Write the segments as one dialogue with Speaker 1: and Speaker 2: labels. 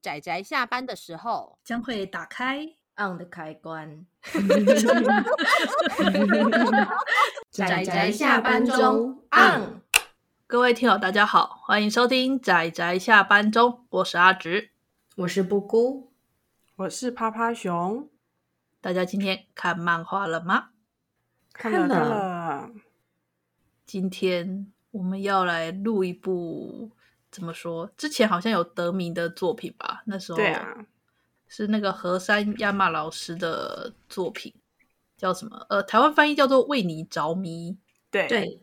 Speaker 1: 仔仔下班的时候，
Speaker 2: 将会打开。
Speaker 3: on 的开 关。
Speaker 1: 宅宅
Speaker 3: 仔仔
Speaker 1: 下
Speaker 3: 下
Speaker 1: 班
Speaker 3: 班
Speaker 1: 中
Speaker 3: 中
Speaker 1: on
Speaker 3: on。
Speaker 2: 各位听友，大家好，欢迎收听仔仔下班中，我是阿直。
Speaker 3: 我是布姑，
Speaker 4: 我是趴趴熊，
Speaker 2: 大家今天看漫画了吗？
Speaker 4: 看
Speaker 3: 看
Speaker 4: 了看
Speaker 3: 了
Speaker 4: 了，
Speaker 2: 今天我们要来录一部怎么说？之前好像有得名的作品吧？那时候
Speaker 4: 对啊，
Speaker 2: 是那个河山亚马老师的作品，叫什么？呃，台湾翻译叫做《为你着迷》。
Speaker 4: 对
Speaker 3: 对，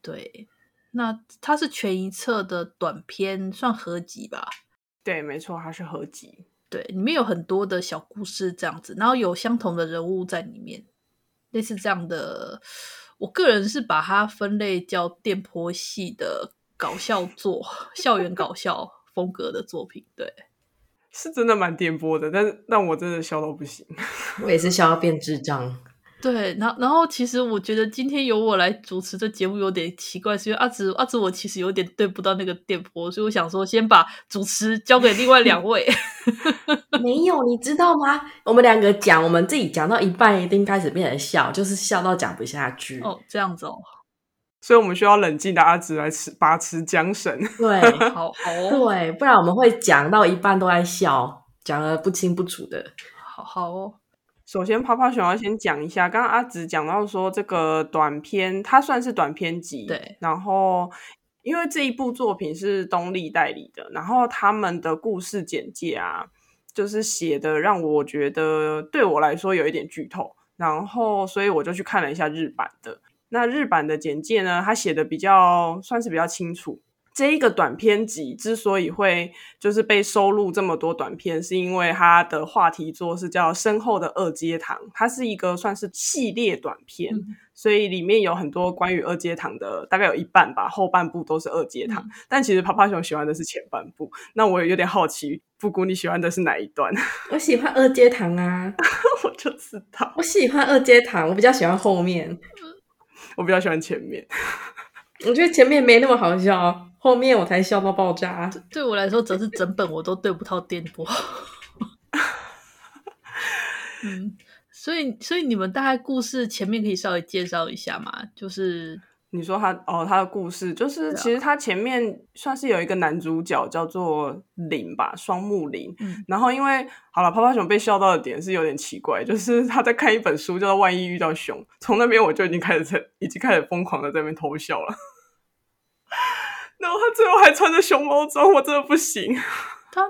Speaker 2: 对，那它是全一册的短篇，算合集吧？
Speaker 4: 对没错，它是合集，
Speaker 2: 对，里面有很多的小故事这样子，然后有相同的人物在里面，类似这样的。我个人是把它分类叫电波系的搞笑作，校园搞笑风格的作品。对，
Speaker 4: 是真的蛮颠簸的，但是但我真的笑到不行。
Speaker 3: 我也是笑到变智障。
Speaker 2: 对，然后然后其实我觉得今天由我来主持这节目有点奇怪，是因为阿紫阿紫我其实有点对不到那个电波，所以我想说先把主持交给另外两位。
Speaker 3: 没有，你知道吗？我们两个讲，我们自己讲到一半，一定开始变成笑，就是笑到讲不下去。
Speaker 2: 哦，这样子哦，
Speaker 4: 所以我们需要冷静的阿直来吃把持缰绳。
Speaker 3: 对
Speaker 2: 好好 哦，
Speaker 3: 对，不然我们会讲到一半都在笑，讲的不清不楚的。
Speaker 2: 好好哦，
Speaker 4: 首先，泡泡熊要先讲一下，刚刚阿直讲到说这个短片，它算是短片集，
Speaker 2: 对。
Speaker 4: 然后，因为这一部作品是东立代理的，然后他们的故事简介啊，就是写的让我觉得对我来说有一点剧透，然后所以我就去看了一下日版的。那日版的简介呢，它写的比较算是比较清楚。这一个短篇集之所以会就是被收录这么多短片，是因为它的话题作是叫《身后的二阶堂》，它是一个算是系列短片，
Speaker 2: 嗯
Speaker 4: 所以里面有很多关于二阶堂的，大概有一半吧，后半部都是二阶堂。
Speaker 2: 嗯
Speaker 4: 但其实趴趴熊喜欢的是前半部，那我有点好奇，布谷你喜欢的是哪一段？
Speaker 3: 我喜欢二阶堂啊，
Speaker 4: 我就知道，
Speaker 3: 我喜欢二阶堂，我比较喜欢后面，
Speaker 4: 我比较喜欢前面。
Speaker 3: 我觉得前面没那么好笑，后面我才笑到爆炸。
Speaker 2: 对我来说，则是整本我都对不到电波。嗯，所以所以你们大概故事前面可以稍微介绍一下嘛？就是
Speaker 4: 你说他哦，他的故事就是，
Speaker 2: 对啊
Speaker 4: 其实他前面算是有一个男主角叫做林吧，双木林。
Speaker 2: 嗯
Speaker 4: 然后因为好了，泡泡熊被笑到的点是有点奇怪，就是他在看一本书叫做《万一遇到熊》，从那边我就已经开始在已经开始疯狂的在那边偷笑了。 然后他最后还穿着熊猫装，我真的不行。
Speaker 2: 他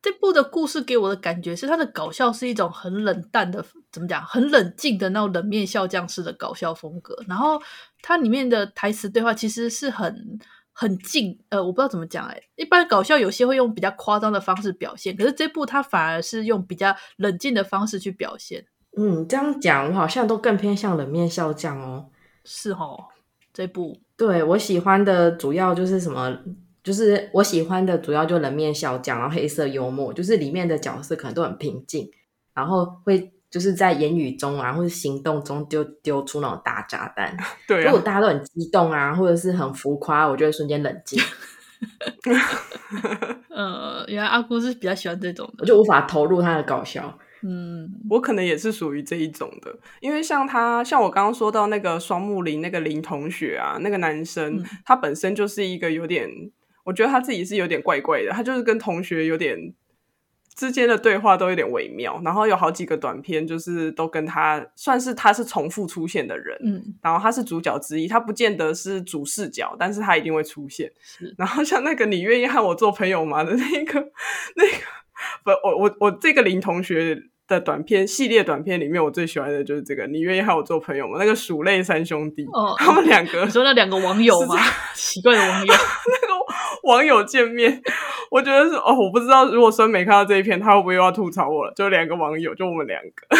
Speaker 2: 这部的故事给我的感觉是，他的搞笑是一种很冷淡的，怎么讲，很冷静的那种冷面笑匠式的搞笑风格。然后它里面的台词对话其实是很。很近，呃，我不知道怎么讲哎、一般搞笑有些会用比较夸张的方式表现，可是这部它反而是用比较冷静的方式去表现。
Speaker 3: 嗯，这样讲我好像都更偏向冷面笑匠哦。
Speaker 2: 是哦，这部
Speaker 3: 对我喜欢的主要就是什么？就是我喜欢的主要就冷面笑匠，然后黑色幽默，就是里面的角色可能都很平静，然后会就是在言语中啊或者行动中丢丢出那种大炸弹。
Speaker 4: 对
Speaker 3: 如
Speaker 4: 啊
Speaker 3: 果，大家都很激动啊，或者是很浮夸，我就会瞬间冷静，
Speaker 2: 呃，原来阿姑是比较喜欢这种
Speaker 3: 我
Speaker 2: 的，
Speaker 3: 就无法投入他的搞笑。
Speaker 2: 嗯，
Speaker 4: 我可能也是属于这一种的，因为像他，像我刚刚说到那个双木林那个林同学啊，那个男生，
Speaker 2: 嗯
Speaker 4: 他本身就是一个有点，我觉得他自己是有点怪怪的，他就是跟同学有点之间的对话都有点微妙，然后有好几个短片就是都跟他算是他是重复出现的人，
Speaker 2: 嗯
Speaker 4: 然后他是主角之一，他不见得是主视角，但是他一定会出现。
Speaker 2: 是，
Speaker 4: 然后像那个你愿意和我做朋友吗的那个那个，不，我我我这个林同学的短片系列短片里面，我最喜欢的就是这个你愿意和我做朋友吗？那个鼠类三兄弟，
Speaker 2: 哦
Speaker 4: 他们两个
Speaker 2: 你说那两个网友吗？ 奇怪的网 友，
Speaker 4: 网友见面，我觉得是哦，我不知道如果孙美看到这一篇，他会不会又要吐槽我了？就两个网友，就我们两个，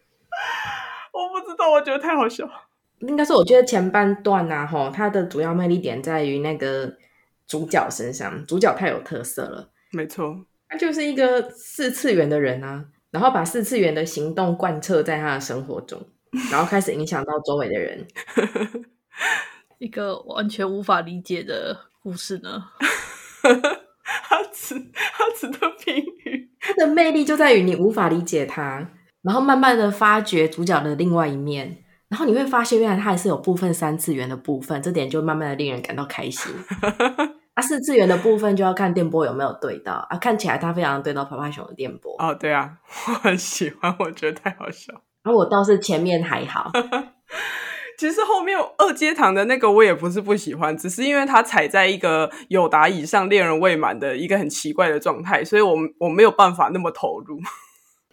Speaker 4: 我不知道，我觉得太好笑了。
Speaker 3: 应该说，我觉得前半段啊，吼，它的主要魅力点在于那个主角身上，主角太有特色了。
Speaker 4: 没错，
Speaker 3: 他就是一个四次元的人啊，然后把四次元的行动贯彻在他的生活中，然后开始影响到周围的人。
Speaker 2: 一个完全无法理解的故事呢。
Speaker 4: 他只他只的
Speaker 3: 的魅力就在于你无法理解他，然后慢慢的发掘主角的另外一面，然后你会发现原来他还是有部分三次元的部分，这点就慢慢的令人感到开心。啊，四次元的部分就要看电波有没有对到啊，看起来他非常对到泡泡熊的电波。
Speaker 4: 哦，对啊，我很喜欢，我觉得太好笑。
Speaker 3: 然后我倒是前面还好，
Speaker 4: 其实后面二阶堂的那个我也不是不喜欢，只是因为他踩在一个有达以上恋人未满的一个很奇怪的状态，所以我我没有办法那么投入。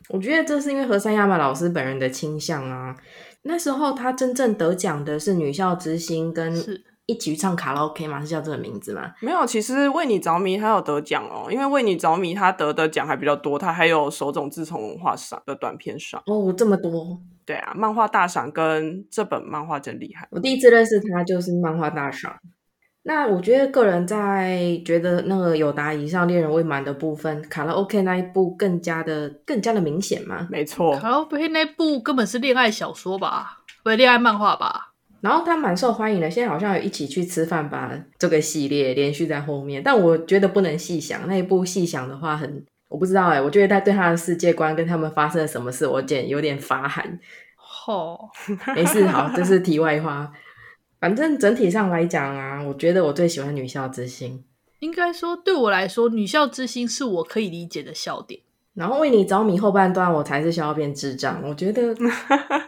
Speaker 3: 我觉得这是因为和山亚马老师本人的倾向啊。那时候他真正得奖的是《女校之星》跟
Speaker 2: 是
Speaker 3: 一起去唱卡拉 OK 吗？是叫这个名字吗？
Speaker 4: 没有，其实为你着迷他有得奖哦，因为为你着迷他得的奖还比较多，他还有手冢治虫文化赏的短片赏。
Speaker 3: 哦，这么多！
Speaker 4: 对啊，漫画大赏跟这本漫画真厉害。
Speaker 3: 我第一次认识他就是漫画大赏。那我觉得个人在觉得那个有达以上恋人未满的部分，卡拉 OK 那一部更加的更加的明显嘛。
Speaker 4: 没 错，
Speaker 2: 卡拉 OK 那部根本是恋爱小说吧，不是恋爱漫画吧？
Speaker 3: 然后他蛮受欢迎的，现在好像有一起去吃饭吧这个系列连续在后面，但我觉得不能细想那一部细想的话很，我不知道哎、我觉得他对他的世界观跟他们发生了什么事，我简有点发寒。
Speaker 2: 吼、
Speaker 3: 没事，好，这是题外话。反正整体上来讲啊，我觉得我最喜欢女校之星，
Speaker 2: 应该说对我来说，《女校之星》是我可以理解的笑点。
Speaker 3: 然后为你着迷后半段，我才是笑到变智障，我觉得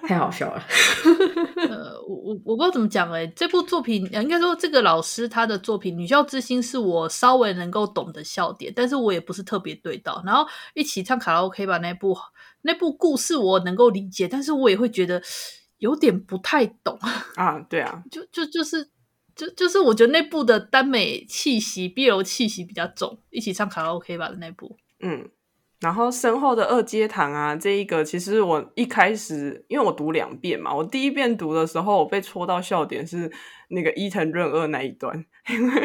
Speaker 3: 太好笑了。
Speaker 2: 呃，我我我不知道怎么讲哎、这部作品呃应该说这个老师他的作品《女校之星》是我稍微能够懂的笑点，但是我也不是特别对到。然后一起唱卡拉 OK 吧那部那部故事我能够理解，但是我也会觉得有点不太懂，
Speaker 4: 啊，对啊，
Speaker 2: 就就就是。就就是我觉得那部的耽美气息、BL 气息比较重，一起唱卡拉 OK 吧的那部，
Speaker 4: 嗯，然后身后的二阶堂啊，这一个其实我一开始因为我读两遍嘛，我第一遍读的时候我被戳到笑点是那个伊藤润二那一段，因为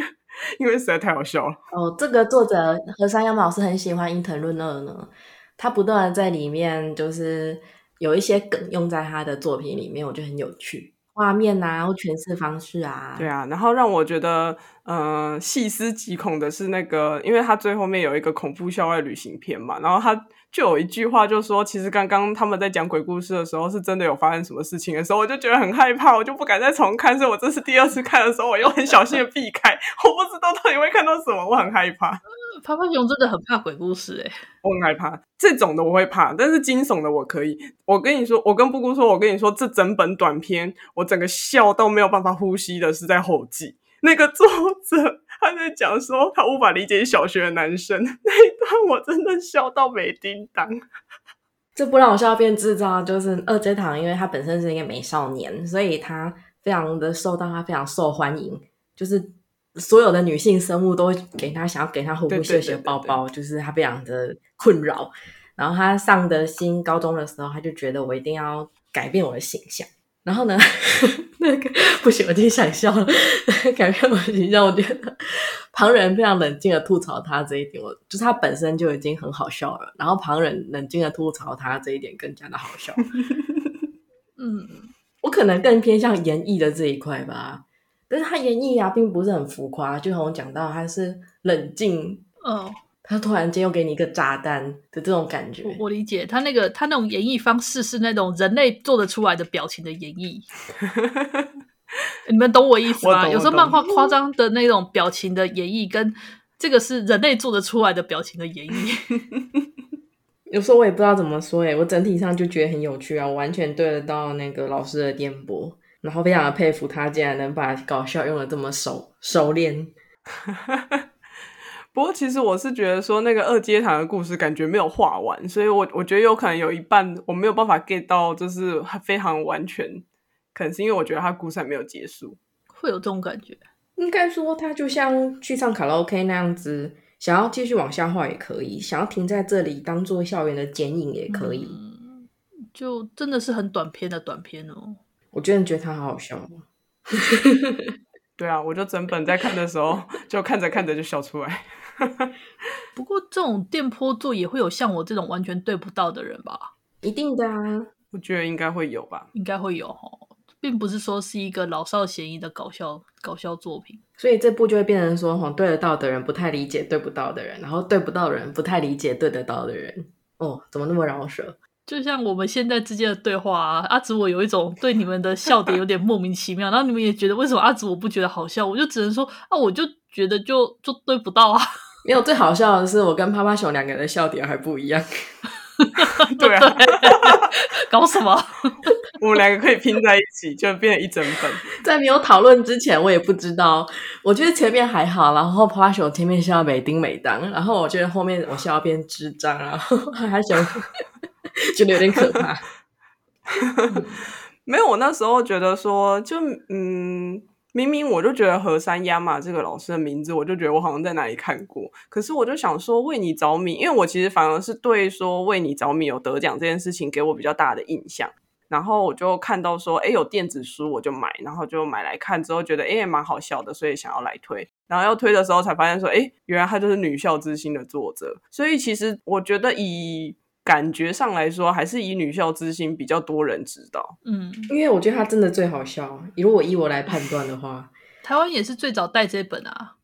Speaker 4: 因为实在太好笑了。
Speaker 3: 哦，这个作者和山羊老师很喜欢伊藤润二呢，他不断的在里面就是有一些梗用在他的作品里面，我觉得很有趣，画面啊，或诠释方式啊，
Speaker 4: 对啊，然后让我觉得，嗯、细思极恐的是那个，因为他最后面有一个恐怖校外旅行片嘛，然后他就有一句话就说，其实刚刚他们在讲鬼故事的时候，是真的有发生什么事情的时候，我就觉得很害怕，我就不敢再重看，所以我这次第二次看的时候，我又很小心的避开， 我不知道到底会看到什么，我很害怕，
Speaker 2: 泡泡熊真的很怕鬼故事哎、
Speaker 4: 我很害怕这种的我会怕，但是惊悚的我可以。我跟你说，我跟布姑说，我跟你说，这整本短片，我整个笑到没有办法呼吸的是在后记。那个作者他在讲说他无法理解小学的男生 那一段，我真的笑到没叮当。
Speaker 3: 这不让我笑到变智障，就是二阶堂，因为他本身是一个美少年，所以他非常的受到他非常受欢迎，就是所有的女性生物都给他想要给他呼
Speaker 4: 对
Speaker 3: 呼
Speaker 4: 对
Speaker 3: 谢
Speaker 4: 对
Speaker 3: 谢
Speaker 4: 对
Speaker 3: 抱抱，就是他非常的困扰。然后他上的新高中的时候，他就觉得我一定要改变我的形象。然后呢， 那个不行，我今天想笑了， 改变我的形象，我觉得旁人非常冷静的吐槽他这一点，我就是他本身就已经很好笑了，然后旁人冷静的吐槽他这一点更加的好笑。
Speaker 2: 嗯，
Speaker 3: 我可能更偏向演绎的这一块吧，但是他演绎啊，并不是很浮夸，就像我讲到，他是冷静，
Speaker 2: 哦，
Speaker 3: 他突然间又给你一个炸弹的这种感觉
Speaker 2: 我。我理解他那个他那种演绎方式是那种人类做得出来的表情的演 绎，你们懂我意思
Speaker 4: 我
Speaker 2: 吗？
Speaker 4: 懂
Speaker 2: 有时候
Speaker 4: 我
Speaker 2: 漫
Speaker 4: 懂
Speaker 2: 画夸张的那种表情的演绎，跟这个是人类做得出来的表情的演绎。
Speaker 3: 有时候我也不知道怎么说、欸，我整体上就觉得很有趣啊，我完全对得到那个老师的颠簸，然后非常的佩服他竟然能把搞笑用的这么熟熟练。
Speaker 4: 不过其实我是觉得说那个二阶堂的故事感觉没有画完，所以我我觉得有可能有一半我没有办法 get 到，就是非常完全，可能是因为我觉得他故事还没有结束。
Speaker 2: 会有这种感觉，
Speaker 3: 应该说，他就像去唱卡拉 OK 那样子，想要继续往下画也可以，想要停在这里当做校园的剪影也可以。
Speaker 2: 嗯就真的是很短篇的短篇哦。
Speaker 3: 我真的觉得他好好笑哦，
Speaker 4: 对啊，我就整本在看的时候， 就看着看着就笑出来。
Speaker 2: 不过这种电波座也会有像我这种完全对不到的人吧？
Speaker 3: 一定的啊。
Speaker 4: 我觉得应该会有吧。
Speaker 2: 应该会有哦。并不是说是一个老少咸宜的搞笑搞笑作品。
Speaker 3: 所以这部就会变成说，哦，对得到的人不太理解对不到的人，然后对不到的人不太理解对得到的人。哦，怎么那么饶舌？
Speaker 2: 就像我们现在之间的对话啊，阿紫我有一种对你们的笑点有点莫名其妙，然后你们也觉得为什么阿紫我不觉得好笑，我就只能说啊，我就觉得就就对不到啊，
Speaker 3: 没有，最好笑的是我跟趴趴熊两个人的笑点还不一样。
Speaker 4: 对啊，
Speaker 2: 搞什么？
Speaker 4: 我们两个可以拼在一起，就变成一整本。
Speaker 3: 在没有讨论之前，我也不知道。我觉得前面还好，然后趴趴熊前面笑到美丁美当，然后我觉得后面我笑到变智障，然后趴趴熊 觉得有点可怕。
Speaker 4: 没有，我那时候觉得说，就嗯，明明我就觉得和山亚马这个老师的名字，我就觉得我好像在哪里看过。可是我就想说，为你着迷，因为我其实反而是对说为你着迷有得奖这件事情给我比较大的印象。然后我就看到说，哎，有电子书我就买，然后就买来看，之后觉得哎也蛮好笑的，所以想要来推。然后要推的时候才发现说，哎，原来他就是《女校之星》的作者。所以其实我觉得以感觉上来说，还是以《女校之星》比较多人知道。
Speaker 2: 嗯，
Speaker 3: 因为我觉得他真的最好笑。如果以我来判断的话，
Speaker 2: 台湾也是最早带这本啊，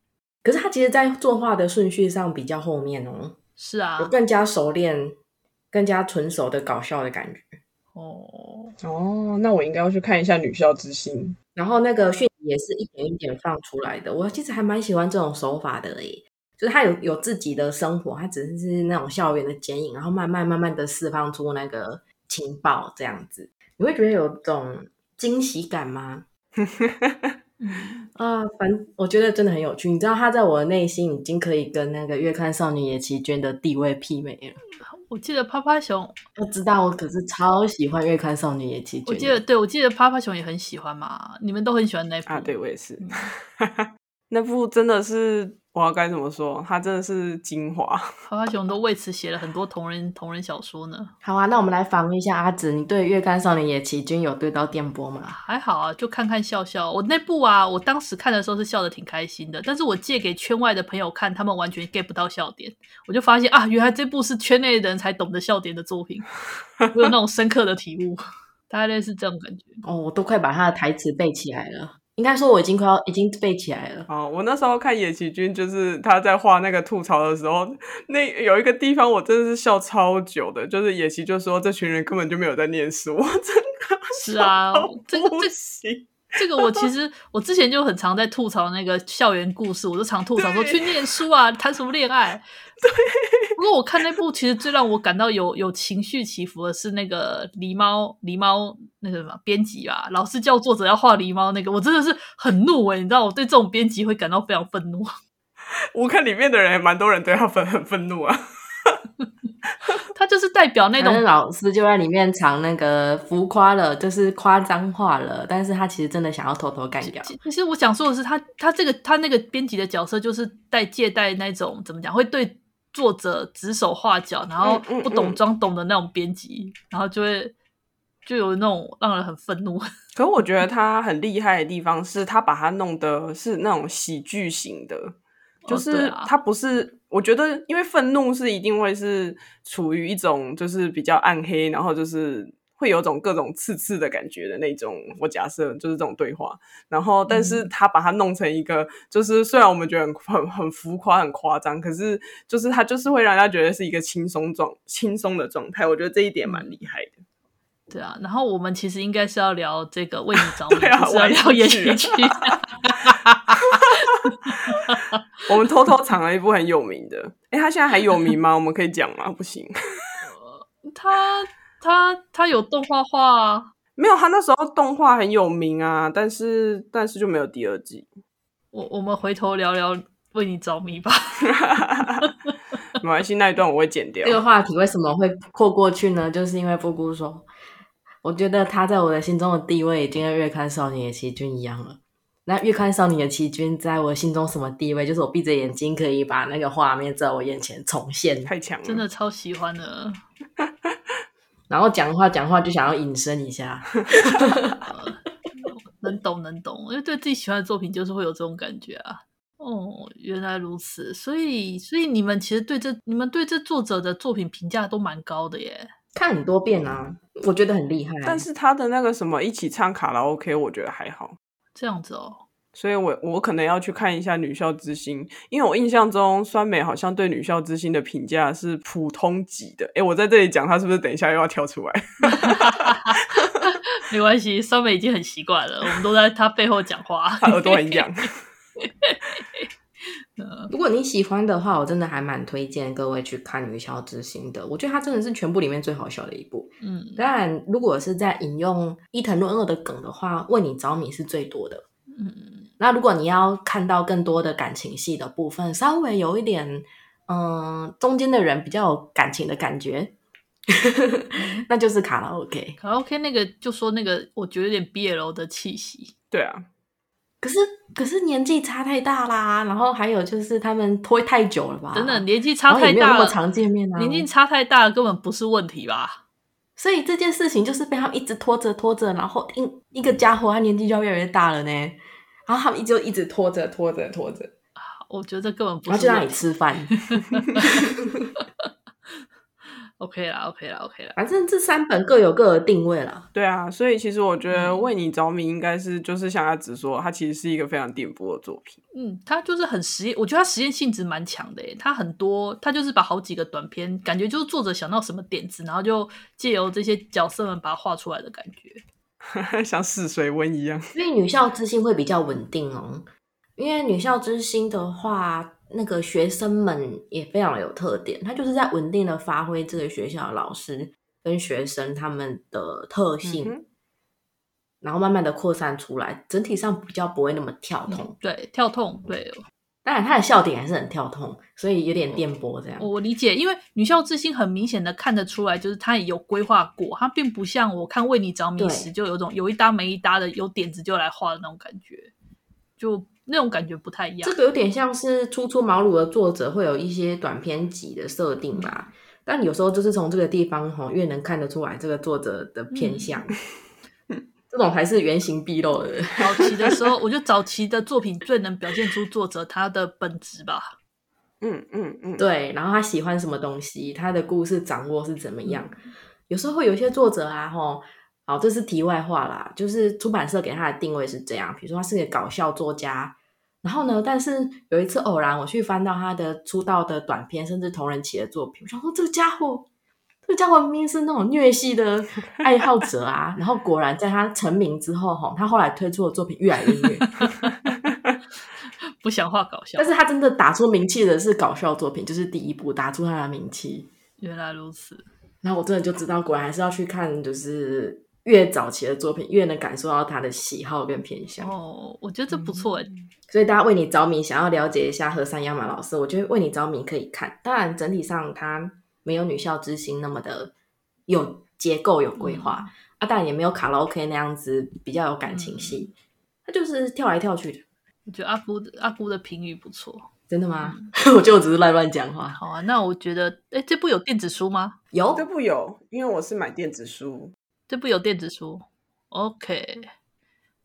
Speaker 3: 可是他其实，在作画的顺序上比较后面哦，
Speaker 2: 是啊
Speaker 3: 我，更加熟练、更加纯熟的搞笑的感觉。
Speaker 2: 哦，
Speaker 4: 哦，那我应该要去看一下《女校之星
Speaker 3: 然后那个讯也是一点一点放出来的，我其实还蛮喜欢这种手法的诶，就是他有有自己的生活，他只是那种校园的剪影，然后慢慢慢慢的释放出那个情报这样子，你会觉得有种惊喜感吗？》
Speaker 2: 嗯
Speaker 3: 啊，反我觉得真的很有趣，你知道他在我的内心已经可以跟那个《月刊少女野崎娟》的地位媲美了。
Speaker 2: 我记得趴趴熊，
Speaker 3: 要知道，我可是超喜欢《月刊少女野崎娟》的。
Speaker 2: 我记得对我记得趴趴熊也很喜欢嘛，你们都很喜欢那部
Speaker 4: 啊，对我也是
Speaker 2: 嗯。
Speaker 4: 那部真的是，我要该怎么说？它真的是精华。
Speaker 2: 趴趴熊都为此写了很多同人同人小说呢，
Speaker 3: 好啊，那我们来访问一下阿紫，你对《月刊少女野崎君》有对到电波吗？
Speaker 2: 还好啊，就看看笑笑。我那部啊，我当时看的时候是笑的挺开心的，但是我借给圈外的朋友看，他们完全 get 不到笑点，我就发现啊，原来这部是圈内的人才懂得笑点的作品，我有那种深刻的体悟，大概是这种感觉。
Speaker 3: 哦，我都快把他的台词背起来了。应该说我已经快要已经背起来了。
Speaker 4: 哦，我那时候看野崎君，就是他在画那个吐槽的时候，那有一个地方我真的是笑超久的，就是野崎就说这群人根本就没有在念书，我真的
Speaker 2: 是啊
Speaker 4: 笑到，
Speaker 2: 这这
Speaker 4: 不行。
Speaker 2: 这个我其实我之前就很常在吐槽那个校园故事，我就常吐槽说
Speaker 4: 对
Speaker 2: 去念书啊，谈什么恋爱？对。不过我看那部其实最让我感到有有情绪起伏的是那个狸猫狸猫那个什么编辑吧，老是叫作者要画狸猫那个，我真的是很怒欸诶、你知道我对这种编辑会感到非常愤怒。
Speaker 4: 我看里面的人也蛮多人对他愤很愤怒啊。
Speaker 2: 他就是代表那
Speaker 3: 反
Speaker 2: 种
Speaker 3: 正老师就在里面藏那个浮夸了，就是夸张化了，但是他其实真的想要偷偷干掉。
Speaker 2: 其其实我想说的是他，他这个他那个编辑的角色就是带借带那种怎么讲，会对作者指手画脚，然后
Speaker 4: 嗯嗯
Speaker 2: 不懂装懂的那种编辑，然后就会就有那种让人很愤怒。
Speaker 4: 可我觉得他很厉害的地方是，他把它弄的是那种喜剧型的，就
Speaker 2: 哦
Speaker 4: 是
Speaker 2: 对啊
Speaker 4: 他不是。我觉得，因为愤怒是一定会是处于一种就是比较暗黑，然后就是会有种各种刺刺的感觉的那种。我假设就是这种对话，然后但是
Speaker 2: 嗯
Speaker 4: 他把它弄成一个，就是虽然我们觉得很很很浮夸、很夸张，可是就是他就是会让人家觉得是一个轻松状、轻松的状态。我觉得这一点蛮厉害的。
Speaker 2: 对啊，然后我们其实应该是要聊这个为你 着迷，
Speaker 4: 对啊
Speaker 2: 不是要
Speaker 4: 我也
Speaker 2: 聊言
Speaker 4: 是
Speaker 2: 情
Speaker 4: 啊
Speaker 2: 剧。
Speaker 4: 我们偷偷藏了一部很有名的，哎，他现在还有名吗？我们可以讲吗？不行，
Speaker 2: 他他他有动画化啊，
Speaker 4: 没有，他那时候动画很有名啊，但是但是就没有第二季，
Speaker 2: 我我们回头聊聊为你着迷吧。
Speaker 4: 没关系，那一段我会剪掉
Speaker 3: 这。
Speaker 2: 哦
Speaker 3: 个话题为什么会扩过去呢？就是因为布姑说，我觉得他在我的心中的地位已经跟《月刊少女野崎君》一样了。那《月刊少女野崎君》在我心中什么地位？就是我闭着眼睛可以把那个画面在我眼前重现，
Speaker 4: 太强了，
Speaker 2: 真的超喜欢的。
Speaker 3: 然后讲话讲话就想要隐身一下。
Speaker 2: 能懂能懂，因为对自己喜欢的作品就是会有这种感觉啊。哦，原来如此，所以所以你们其实对这你们对这作者的作品评价都蛮高的耶。
Speaker 3: 看很多遍啊，我觉得很厉害。
Speaker 4: 但是他的那个什么一起唱卡拉 OK，我觉得还好，
Speaker 2: 这样子哦，
Speaker 4: 所以我我可能要去看一下《女校之星》，因为我印象中酸梅好像对《女校之星》的评价是普通级的。诶，我在这里讲他是不是等一下又要跳出来？
Speaker 2: 没关系，三美已经很习惯了，我们都在他背后讲话
Speaker 4: 他。耳朵很痒。
Speaker 3: 如果你喜欢的话，我真的还蛮推荐各位去看《女校之星》的。我觉得它真的是全部里面最好笑的一部。
Speaker 2: 嗯，
Speaker 3: 当然，如果是在引用伊藤润二的梗的话，为你着迷是最多的。
Speaker 2: 嗯，
Speaker 3: 那如果你要看到更多的感情戏的部分，稍微有一点，嗯、中间的人比较有感情的感觉， 那就是卡拉 OK。
Speaker 2: 卡拉 OK 那个就说那个，我觉得有点 BL 的气息。
Speaker 4: 对啊，
Speaker 3: 可是可是年纪差太大啦，然后还有就是他们拖太久了吧？
Speaker 2: 等等，年纪
Speaker 3: 然
Speaker 2: 差
Speaker 3: 啊后也
Speaker 2: 太
Speaker 3: 没有
Speaker 2: 大
Speaker 3: 那么
Speaker 2: 了，
Speaker 3: 常见面啊。
Speaker 2: 年纪差太大了根本不是问题吧？
Speaker 3: 所以这件事情就是被他们一直拖着拖着，然后一一个家伙他年纪就要越来越大了呢，然后他们一直一直拖着拖着拖着，
Speaker 2: 我觉得这根本不
Speaker 3: 然后就是让
Speaker 2: 问
Speaker 3: 你
Speaker 2: 题。
Speaker 3: 吃 饭。
Speaker 2: OK 啦，OK 啦，OK 啦。
Speaker 3: 反正这三本各有各的定位啦。
Speaker 4: 对啊，所以其实我觉得
Speaker 2: 嗯
Speaker 4: 为你着迷应该是就是像阿紫说，它其实是一个非常颠簸的作品。
Speaker 2: 嗯，他就是很实验，我觉得他实验性质蛮强的耶。欸他很多，他就是把好几个短片，感觉就是作者想到什么点子，然后就借由这些角色们把它画出来的感觉。
Speaker 4: 像试水温一样。
Speaker 3: 因为女校之星会比较稳定哦。因为女校之星的话，那个学生们也非常有特点，他就是在稳定的发挥这个学校的老师跟学生他们的特性，
Speaker 4: 嗯
Speaker 3: 然后慢慢的扩散出来，整体上比较不会那么跳动。
Speaker 2: 嗯，对，跳痛，对
Speaker 3: 当然，他的笑点还是很跳痛，所以有点电波这样。
Speaker 2: 我我理解，因为女校之星很明显的看得出来，就是他也有规划过，他并不像我看为你着迷
Speaker 3: 对
Speaker 2: 时就有种有一搭没一搭的，有点子就来画的那种感觉，就那种感觉不太一样
Speaker 3: 这。个有点像是初出茅庐的作者会有一些短篇集的设定吧，但有时候就是从这个地方吼，越能看得出来这个作者的偏向。 这种才是原形毕露的。
Speaker 2: 早期的时候，我觉得早期的作品最能表现出作者他的本质吧。
Speaker 4: 嗯嗯嗯，
Speaker 3: 对，然后他喜欢什么东西，他的故事掌握是怎么样。有时候有一些作者啊，吼，好，这是题外话啦，就是出版社给他的定位是这样，比如说他是个搞笑作家，然后呢，但是有一次偶然我去翻到他的出道的短篇，甚至同人期的作品，我想说这个家伙。这个家伙明明是那种虐戏的爱好者啊，然后果然在他成名之后，吼，他后来推出的作品越来越虐，
Speaker 2: 不想画搞笑
Speaker 3: 但，是他真的打出名气的是搞笑作品，就是第一部打出他的名气。
Speaker 2: 原来如此。
Speaker 3: 然后我真的就知道，果然还是要去看，就是越早期的作品，越能感受到他的喜好跟偏向。
Speaker 2: 哦，我觉得这不错哎、
Speaker 3: 所以大家为你着迷，想要了解一下和山亚马老师，我觉得为你着迷可以看。当然，整体上他没有女校之星那么的有结构、有规划、啊，当然也没有卡拉 OK 那样子比较有感情戏，他就是跳来跳去的。
Speaker 2: 我觉得阿姑阿姑的评语不错。
Speaker 3: 真的吗？ 我觉得我只是乱乱讲话。
Speaker 2: 好啊，那我觉得，哎，这部有电子书吗？
Speaker 3: 有
Speaker 4: 这部有，因为我是买电子书。
Speaker 2: 这部有电子书，OK。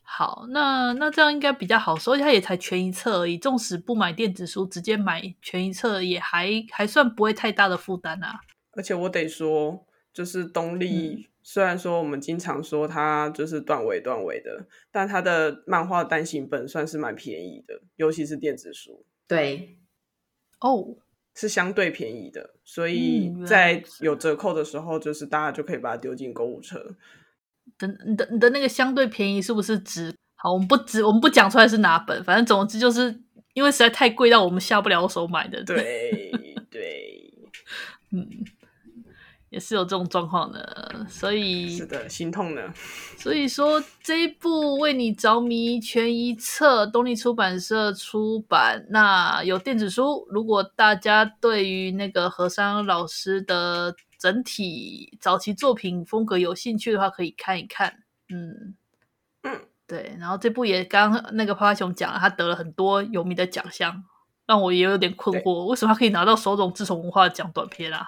Speaker 2: 好，那那这样应该比较好说，而且它也才全一册而已。纵使不买电子书，直接买全一册也还还算不会太大的负担啊。
Speaker 4: 而且我得说，就是东立、虽然说我们经常说它就是断尾断尾的，但它的漫画单行本算是蛮便宜的，尤其是电子书
Speaker 3: 对，
Speaker 2: 哦，
Speaker 4: 是相对便宜的，所以
Speaker 2: 嗯原来
Speaker 4: 在
Speaker 2: 如此
Speaker 4: 有折扣的时候，就是大家就可以把它丢进购物车。
Speaker 2: 等你的你的那个相对便宜是不是指？好，我们不指，我们不讲出来是哪本，反正总之就是因为实在太贵到我们下不了手买的。，
Speaker 4: 对对，
Speaker 2: 嗯，也是有这种状况的，所以
Speaker 4: 是的，心痛呢。
Speaker 2: 所以说，这一部《为你着迷》全一册，东立出版社出版，那有电子书。如果大家对于那个何山老师的整体早期作品风格有兴趣的话，可以看一看。嗯
Speaker 4: 嗯，
Speaker 2: 对。然后这部也刚刚那个趴趴熊讲了，他得了很多有名的奖项，让我也有点困惑，为什么他可以拿到手冢治虫文化奖短片啊？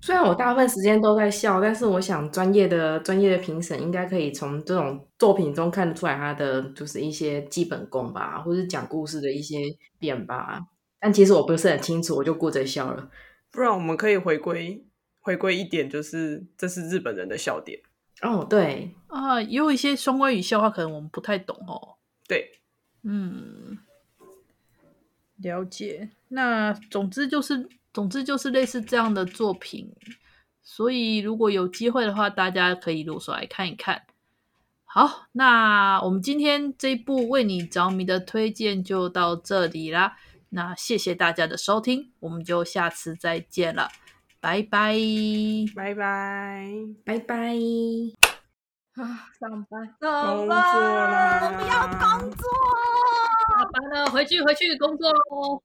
Speaker 3: 虽然我大部分时间都在笑，但是我想专业的专业的评审应该可以从这种作品中看得出来他的就是一些基本功吧，或是讲故事的一些点吧。但其实我不是很清楚，我就顾着笑了。
Speaker 4: 不然我们可以回归回归一点，就是这是日本人的笑点。
Speaker 3: 哦，对，
Speaker 2: 啊，也有一些双关语笑话，可能我们不太懂哦。
Speaker 4: 对，
Speaker 2: 嗯，了解。那总之就是，总之就是类似这样的作品，所以如果有机会的话，大家可以入手来看一看。好，那我们今天这一部为你着迷的推荐就到这里啦。那谢谢大家的收听，我们就下次再见了，拜拜。
Speaker 4: 拜拜，
Speaker 3: 拜拜。
Speaker 2: 啊，上班，
Speaker 4: 工
Speaker 2: 上
Speaker 4: 作
Speaker 2: 班，
Speaker 4: 啦，
Speaker 1: 我不要工作。
Speaker 2: 下班了，回去回去工作喽。